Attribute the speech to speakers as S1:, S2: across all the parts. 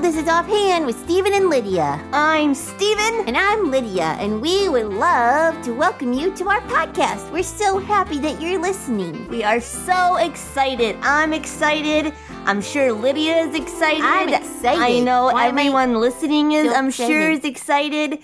S1: This is Offhand with Stephen and Lydia.
S2: I'm Steven.
S1: And I'm Lydia, and we would love to welcome you to our podcast. We're so happy that you're listening.
S2: We are so excited. I'm excited. I'm sure Lydia is excited.
S1: I'm excited.
S2: I know
S1: Why am I
S2: everyone listening is,
S1: so
S2: I'm sure,
S1: excited?
S2: is excited.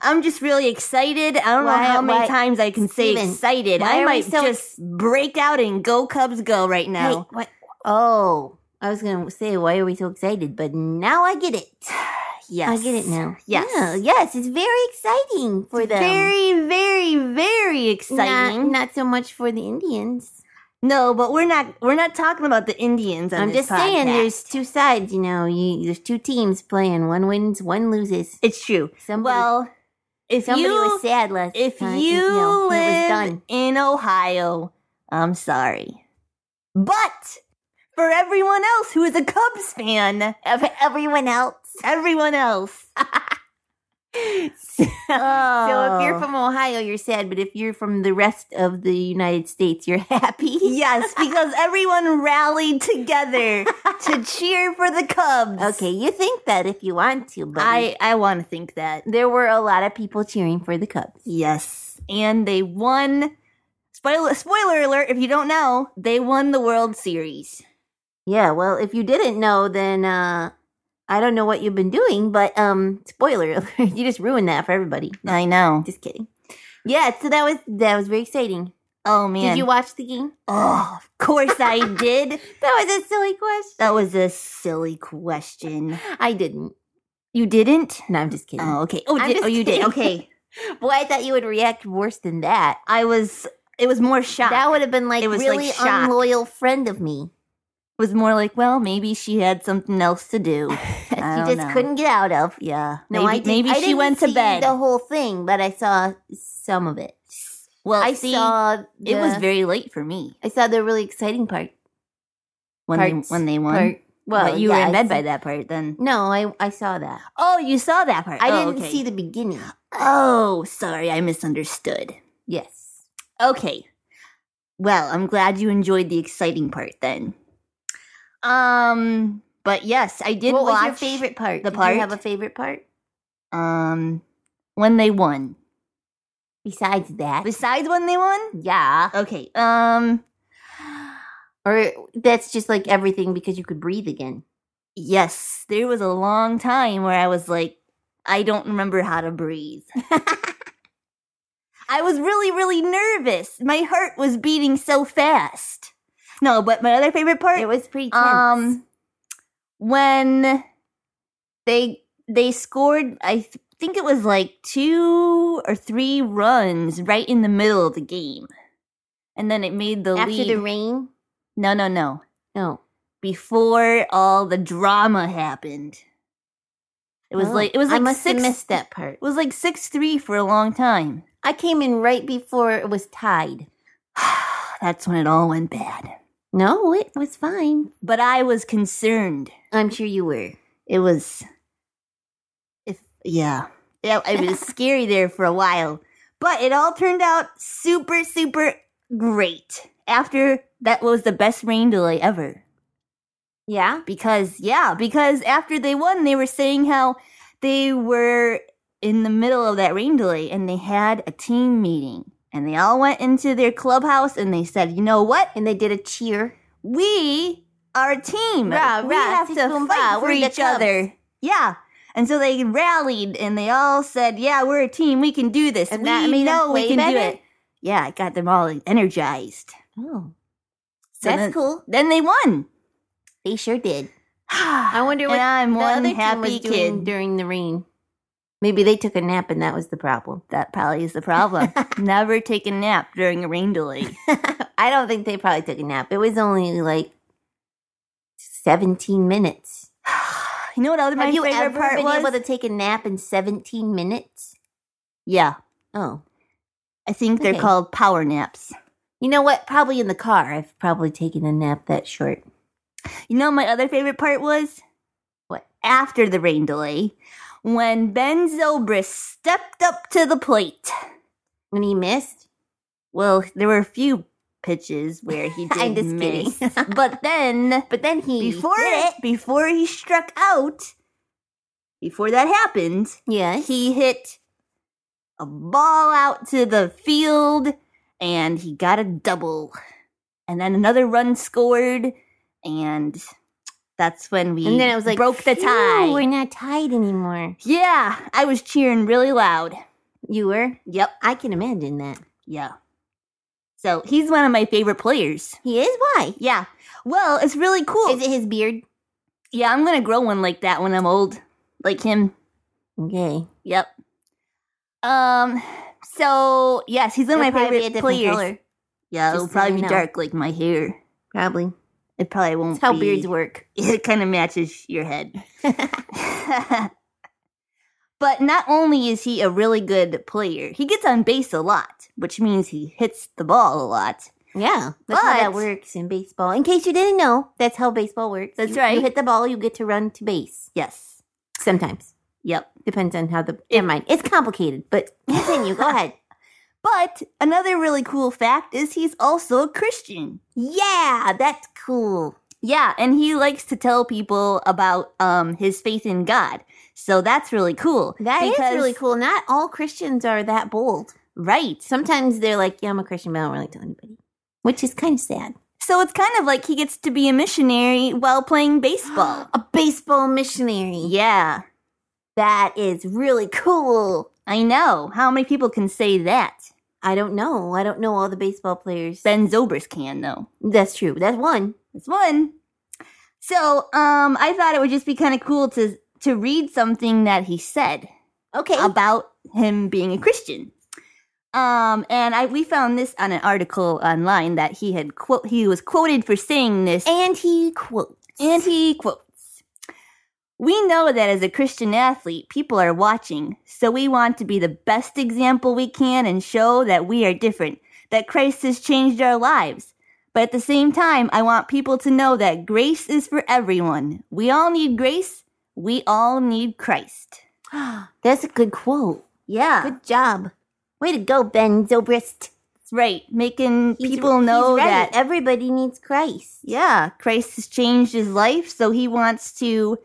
S2: I'm just really excited. I don't
S1: Why-
S2: know how many
S1: why-
S2: times I can say
S1: Steven,
S2: excited.
S1: why
S2: I
S1: are we
S2: might
S1: so
S2: just break out and go Cubs go right
S1: Hey,
S2: now.
S1: what? Oh, I was going to say, why are we so excited? But now I get it.
S2: yes.
S1: I get it now.
S2: Yes.
S1: Yeah, yes, it's very exciting for them.
S2: Very, very, very exciting.
S1: Not, not so much for the Indians.
S2: no, but we're not we're not talking about the Indians. On
S1: I'm
S2: this
S1: just saying,
S2: podcast.
S1: there's two sides. You know, you, there's two teams playing. One wins, one loses.
S2: it's true.
S1: Somebody,
S2: Well, if
S1: somebody
S2: you
S1: was sad last
S2: If
S1: time.
S2: you
S1: no, it was
S2: live
S1: done.
S2: in Ohio, I'm sorry. But for everyone else who is a Cubs fan,
S1: Ev- everyone else.
S2: everyone else. so,
S1: So if you're
S2: from
S1: from Ohio, you're sad, but if you're from the rest of the United States, you're happy.
S2: Yes, because everyone rallied together to cheer for the Cubs.
S1: Okay, you think that if you want to, but
S2: I, I want to think that.
S1: there were a lot of people cheering for the Cubs.
S2: Yes. And they won. Spoiler, spoiler alert, if you don't know, they won the World Series.
S1: Yeah, well, if you didn't know, then uh I don't know what you've been doing, but um spoiler alert, you just ruined that for everybody. No,
S2: I know.
S1: just kidding. Yeah, so that was that was very exciting.
S2: Oh, man.
S1: Did you watch the game?
S2: Oh, of course I did.
S1: That was a silly question.
S2: That was a silly question.
S1: I didn't.
S2: You didn't?
S1: No, I'm just kidding.
S2: Oh, okay. Oh,
S1: I'm
S2: did,
S1: just
S2: oh you did.
S1: kidding.
S2: Okay.
S1: Boy, I thought you would react worse than that.
S2: I was. It was more shocked.
S1: That would have been like
S2: It was, like,
S1: really
S2: shock.
S1: unloyal friend of me.
S2: It was more like, well, maybe she had something else to do.
S1: That she
S2: I don't
S1: just
S2: know.
S1: couldn't get out of.
S2: Yeah.
S1: No,
S2: maybe,
S1: I didn't.
S2: maybe
S1: I
S2: she
S1: didn't
S2: went to
S1: see
S2: bed.
S1: The whole thing, but I saw some of it.
S2: well,
S1: I
S2: see,
S1: saw.
S2: it was
S1: the-
S2: very late for me
S1: I saw the really exciting part.
S2: when
S1: Parts.
S2: they when they won.
S1: part. Well,
S2: but you
S1: yeah,
S2: were in
S1: I
S2: bed by
S1: see-
S2: that part then.
S1: No, I I saw that.
S2: Oh, you saw that part.
S1: I
S2: Oh,
S1: didn't
S2: okay.
S1: see the beginning.
S2: Oh, sorry, I misunderstood.
S1: Yes.
S2: Okay. Well, I'm glad you enjoyed the exciting part then. Um, but yes, I did
S1: what
S2: watch
S1: was your favorite part?
S2: the
S1: Did
S2: part?
S1: you have a favorite part
S2: Um, when they won.
S1: besides that?
S2: Besides when they won?
S1: yeah.
S2: Okay. Um,
S1: Or that's just like everything because you could breathe again.
S2: yes, there was a long time where I was like, I don't remember how to breathe. I was really, really nervous. My heart was beating so fast. No, but my other favorite part
S1: It was pretty tense.
S2: um when they they scored i th- think it was like two or three runs right in the middle of the game and then it made the
S1: after
S2: lead
S1: the rain.
S2: no no no
S1: No.
S2: before all the drama happened it was
S1: Oh,
S2: like it was
S1: I
S2: like
S1: must have
S2: six
S1: missed that part.
S2: it was like six three for a long time
S1: I came in right before it was tied.
S2: that's when it all went bad
S1: No, it was fine.
S2: but i was concerned
S1: I'm sure you were.
S2: it was if yeah yeah it was scary there for a while but it all turned out super super great after that was the best rain delay ever
S1: Yeah.
S2: because yeah because after they won they were saying how they were in the middle of that rain delay and they had a team meeting and they all went into their clubhouse and they said you know what
S1: And they did a cheer.
S2: we are a team.
S1: Rah,
S2: we
S1: rah,
S2: have
S1: sis,
S2: to
S1: boom, bah,
S2: fight for
S1: we're the
S2: each other. Yeah. And so they rallied and they all said, "Yeah, we're a team. We can do this.
S1: And
S2: we
S1: that made them
S2: know we
S1: play
S2: can do
S1: better?
S2: it." Yeah, it got them all energized.
S1: Oh.
S2: So
S1: That's
S2: then,
S1: cool.
S2: Then they won.
S1: They sure did.
S2: I
S1: wonder
S2: and I'm
S1: the
S2: one
S1: other team
S2: happy
S1: was doing
S2: kid.
S1: during the rain. Maybe they took a nap and that was the problem.
S2: that probably is the problem. Never take a nap during a rain delay.
S1: I don't think they probably took a nap. It was only like 17 minutes.
S2: You know what other my
S1: Have you
S2: favorite
S1: ever
S2: part
S1: been
S2: was?
S1: able to take a nap in 17 minutes?
S2: yeah,
S1: Oh.
S2: I think
S1: Okay.
S2: they're called power naps.
S1: You know what? Probably in the car. I've probably taken a nap that short.
S2: You know, my other favorite part was what after the rain delay, when Ben Zobrist stepped up to the plate.
S1: When he missed?
S2: Well, there were a few pitches where he did
S1: I'm just
S2: miss,
S1: kidding.
S2: but then
S1: But then he
S2: before
S1: did
S2: it, before he struck out, before that happened,
S1: Yeah.
S2: he hit a ball out to the field and he got a double. And then another run scored and that's when we
S1: And then I was like,
S2: broke the
S1: "Phew,
S2: tie.
S1: We're not tied anymore.
S2: yeah, I was cheering really loud.
S1: You were?
S2: Yep,
S1: I can imagine that.
S2: yeah. So he's one of my favorite players.
S1: He is? Why?
S2: Yeah. Well, it's really cool.
S1: Is it his beard?
S2: yeah, I'm gonna grow one like that when I'm old, like him.
S1: Okay.
S2: Yep. Um. So yes, he's one of
S1: It'll
S2: my
S1: probably be
S2: favorite
S1: a different
S2: players.
S1: color.
S2: Yeah, it'll
S1: Just so you
S2: probably be
S1: know.
S2: dark like my hair.
S1: Probably.
S2: It probably won't.
S1: That's how
S2: be-
S1: beards work.
S2: It kind of matches your head. but not only is he a really good player, he gets on base a lot, which means he hits the ball a lot.
S1: Yeah. That's how that
S2: But-
S1: works in baseball. In case you didn't know, that's how baseball works.
S2: That's
S1: You- You
S2: right.
S1: hit the ball, you get to run to base.
S2: Yes.
S1: Sometimes.
S2: Yep.
S1: Depends on how the. Never mind. It's complicated, but continue. Go ahead.
S2: But another really cool fact is he's also a Christian.
S1: Yeah, that's cool.
S2: Yeah, and he likes to tell people about um his faith in God. So that's really cool.
S1: That is
S2: because-
S1: really cool. Not all Christians are that bold.
S2: Right.
S1: Sometimes they're like, yeah, I'm a Christian, but I don't really tell anybody, which is kind of sad.
S2: So it's kind of like he gets to be a missionary while playing baseball.
S1: a baseball missionary.
S2: yeah,
S1: That is really cool.
S2: I know. How many people can say that?
S1: I don't know. I don't know all the baseball players.
S2: Ben Zobers can though.
S1: That's true. That's one.
S2: That's one. So, um I thought it would just be kind of cool to to read something that he said.
S1: Okay.
S2: about him being a Christian. Um, and I we found this on an article online that he had quote he was quoted for saying this,
S1: and he quotes.
S2: and he quotes, "We know that as a Christian athlete, people are watching, so we want to be the best example we can and show that we are different, that Christ has changed our lives." But at the same time, I want people to know that grace is for everyone. We all need grace. We all need Christ.
S1: That's a good quote.
S2: Yeah.
S1: Good job. Way to go, Ben Zobrist.
S2: Right, making
S1: He's-
S2: people
S1: he's
S2: know
S1: right.
S2: that
S1: everybody needs Christ.
S2: yeah, Christ has changed his life, so he wants to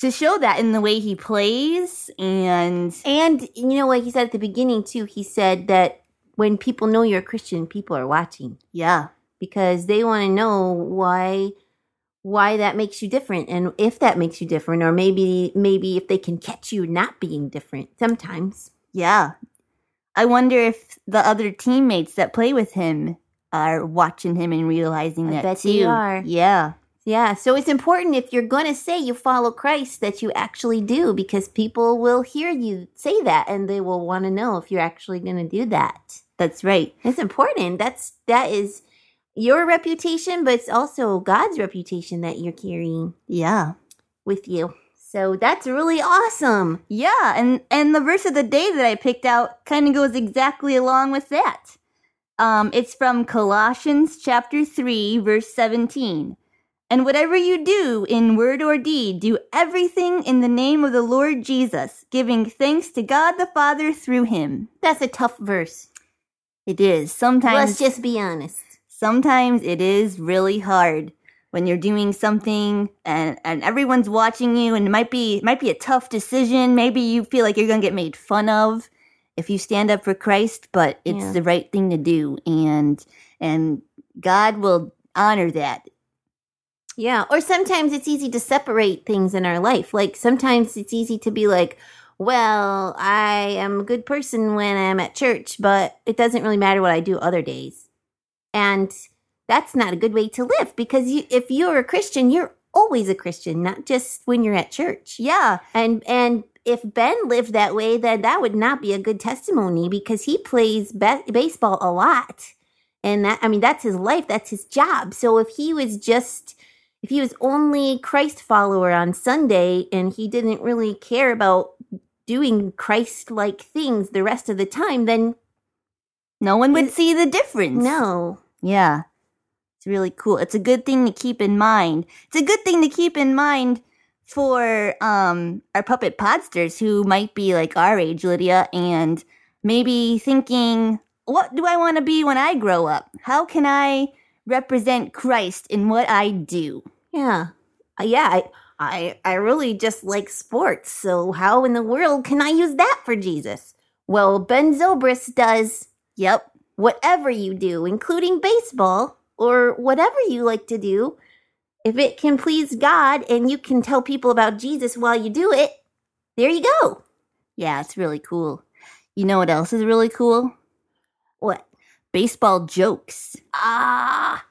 S2: to show that in the way he plays and
S1: And you know what he said at the beginning too? He said that when people know you're a Christian, people are watching
S2: yeah,
S1: because they want to know why why that makes you different and if that makes you different or maybe maybe if they can catch you not being different sometimes.
S2: yeah. I wonder if the other teammates that play with him are watching him and realizing
S1: I
S2: that
S1: bet
S2: too.
S1: they are.
S2: Yeah.
S1: Yeah, so it's important if you're going to say you follow Christ that you actually do because people will hear you say that and they will want to know if you're actually going to do that.
S2: That's right.
S1: It's important. That's that is your reputation, but it's also God's reputation that you're carrying
S2: Yeah.
S1: with you. So that's really awesome.
S2: Yeah, and and the verse of the day that I picked out kind of goes exactly along with that. Um, it's from Colossians chapter three, verse seventeen. And whatever you do in word or deed, do everything in the name of the Lord Jesus, giving thanks to God the Father through Him.
S1: That's a tough verse.
S2: It is
S1: Let's
S2: sometimes
S1: just be honest.
S2: sometimes it is really hard when you're doing something and, and everyone's watching you and it might be it might be a tough decision maybe you feel like you're gonna get made fun of if you stand up for christ but it's
S1: Yeah.
S2: the right thing to do and and god will honor that
S1: Yeah, or sometimes it's easy to separate things in our life. Like sometimes it's easy to be like, well, I am a good person when I'm at church, but it doesn't really matter what I do other days. And that's not a good way to live because you, if you're a Christian, you're always a Christian, not just when you're at church.
S2: yeah
S1: And and if Ben lived that way, then that would not be a good testimony because he plays ba- baseball a lot, and that I mean that's his life, that's his job. So if he was just if he was only Christ follower on Sunday and he didn't really care about doing Christ like things the rest of the time, then
S2: no one would see the difference
S1: no,
S2: Yeah. It's really cool. It's a good thing to keep in mind. It's a good thing to keep in mind for um our puppet podsters who might be like our age, Lydia, and maybe thinking, what do I want to be when I grow up? How can I represent Christ in what I do?
S1: yeah, Uh, yeah. I, I I really just like sports, so how in the world can I use that for Jesus? Well, Ben Zobrist does. Yep. Whatever you do, including baseball or whatever you like to do, if it can please God and you can tell people about Jesus while you do it, there you go.
S2: Yeah, it's really cool. You know what else is really cool?
S1: What?
S2: Baseball jokes.
S1: Ah.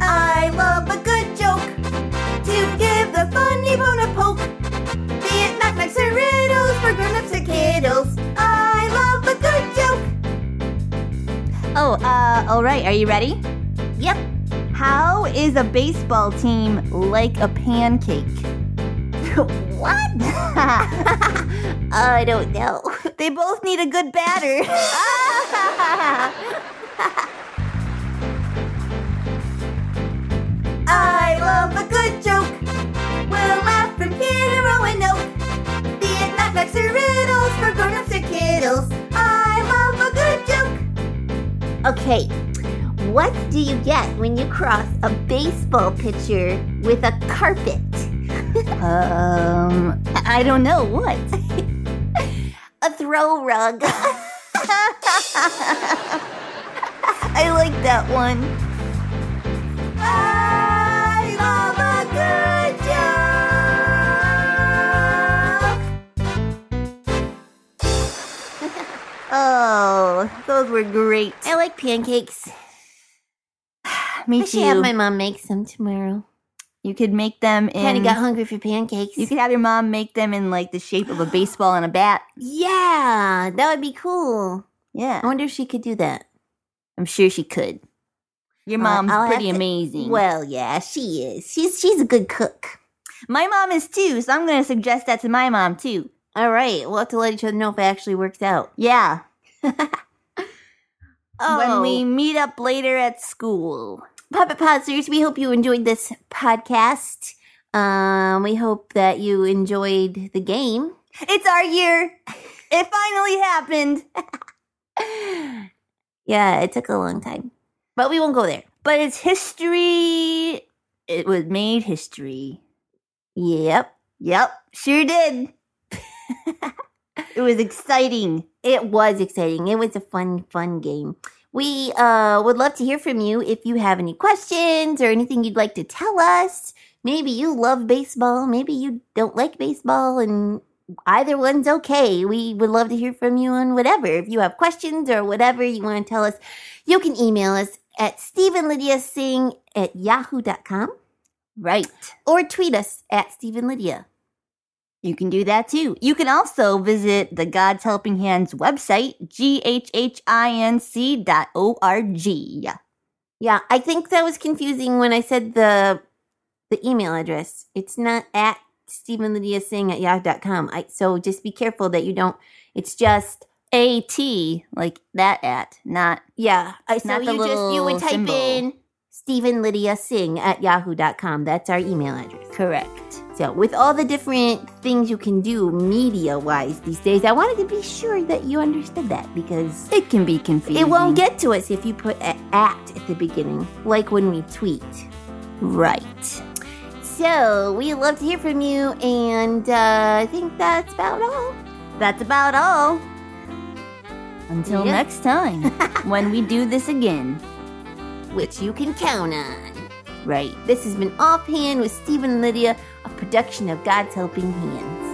S2: I love a good joke to give the funny bone a poke. Be it knock-knocks or riddles for grown-ups or kiddles. I love a good joke. Oh, uh, all right. Are you ready?
S1: Yep.
S2: How is a baseball team like a pancake?
S1: What? I don't know.
S2: They both need a good batter. I love a good joke. We'll laugh from here oh, to Roanoke. Be it knockbacks or riddles for grown-ups or kiddles. I love a good joke.
S1: Okay. What do you get when you cross a baseball pitcher with a carpet?
S2: Um, I I don't know what.
S1: A throw rug.
S2: I like that one. I love a good joke. oh, those were great.
S1: I like pancakes.
S2: Me
S1: I should have
S2: too.
S1: my mom make some tomorrow.
S2: you could make them
S1: Kind
S2: in.
S1: of got hungry for pancakes.
S2: you could have your mom make them in like the shape of a baseball and a bat.
S1: yeah, that would be cool. I
S2: Yeah,
S1: wonder if she could do that.
S2: I'm sure she could. Your
S1: Uh,
S2: mom's
S1: I'll have
S2: pretty
S1: to-
S2: amazing.
S1: Well, yeah, she is. She's she's a good cook.
S2: my mom is too, so I'm gonna suggest that to my mom too.
S1: All right, we'll have to let each other know if it actually works out.
S2: Yeah,
S1: Oh.
S2: when we meet up later at school.
S1: Puppet Podsters, we hope you enjoyed this podcast. Um, we hope that you enjoyed the game.
S2: It's our year. It finally happened.
S1: Yeah, it took a long time, but we won't go there.
S2: But it's history. It was made history.
S1: Yep,
S2: Yep, sure did. it was exciting.
S1: it was exciting. It was a fun, fun game. We uh, would love to hear from you if you have any questions or anything you'd like to tell us. Maybe you love baseball. Maybe you don't like baseball, and either one's okay. We would love to hear from you on whatever. If you have questions or whatever you want to tell us, you can email us at StephenLydiaSing at yahoo.com
S2: Right.
S1: or tweet us at StephenLydia.
S2: You can do that too. You can also visit the God's Helping Hands website, ghhinc dot O-R-G.
S1: Yeah, I think that was confusing when I said the the email address. It's not at Stephen Lydia Singh at yahoo.com. I, so just be careful that you don't. It's just
S2: A-T, like that at, not
S1: yeah. I, so
S2: Not
S1: you
S2: the
S1: just you
S2: little
S1: would type
S2: symbol.
S1: in Stephen Lydia Singh at yahoo.com. That's our email address.
S2: correct.
S1: So with all the different things you can do media wise these days, I wanted to be sure that you understood that because
S2: It can be confusing.
S1: it won't get to us if you put a at at the beginning, like when we tweet.
S2: right.
S1: So we love to hear from you, and uh, I think that's about all.
S2: That's about all. Until
S1: Yeah.
S2: next time, when we do this again.
S1: Which you can count on.
S2: Right.
S1: This has been Offhand with Stephen and Lydia, a production of God's Helping Hands.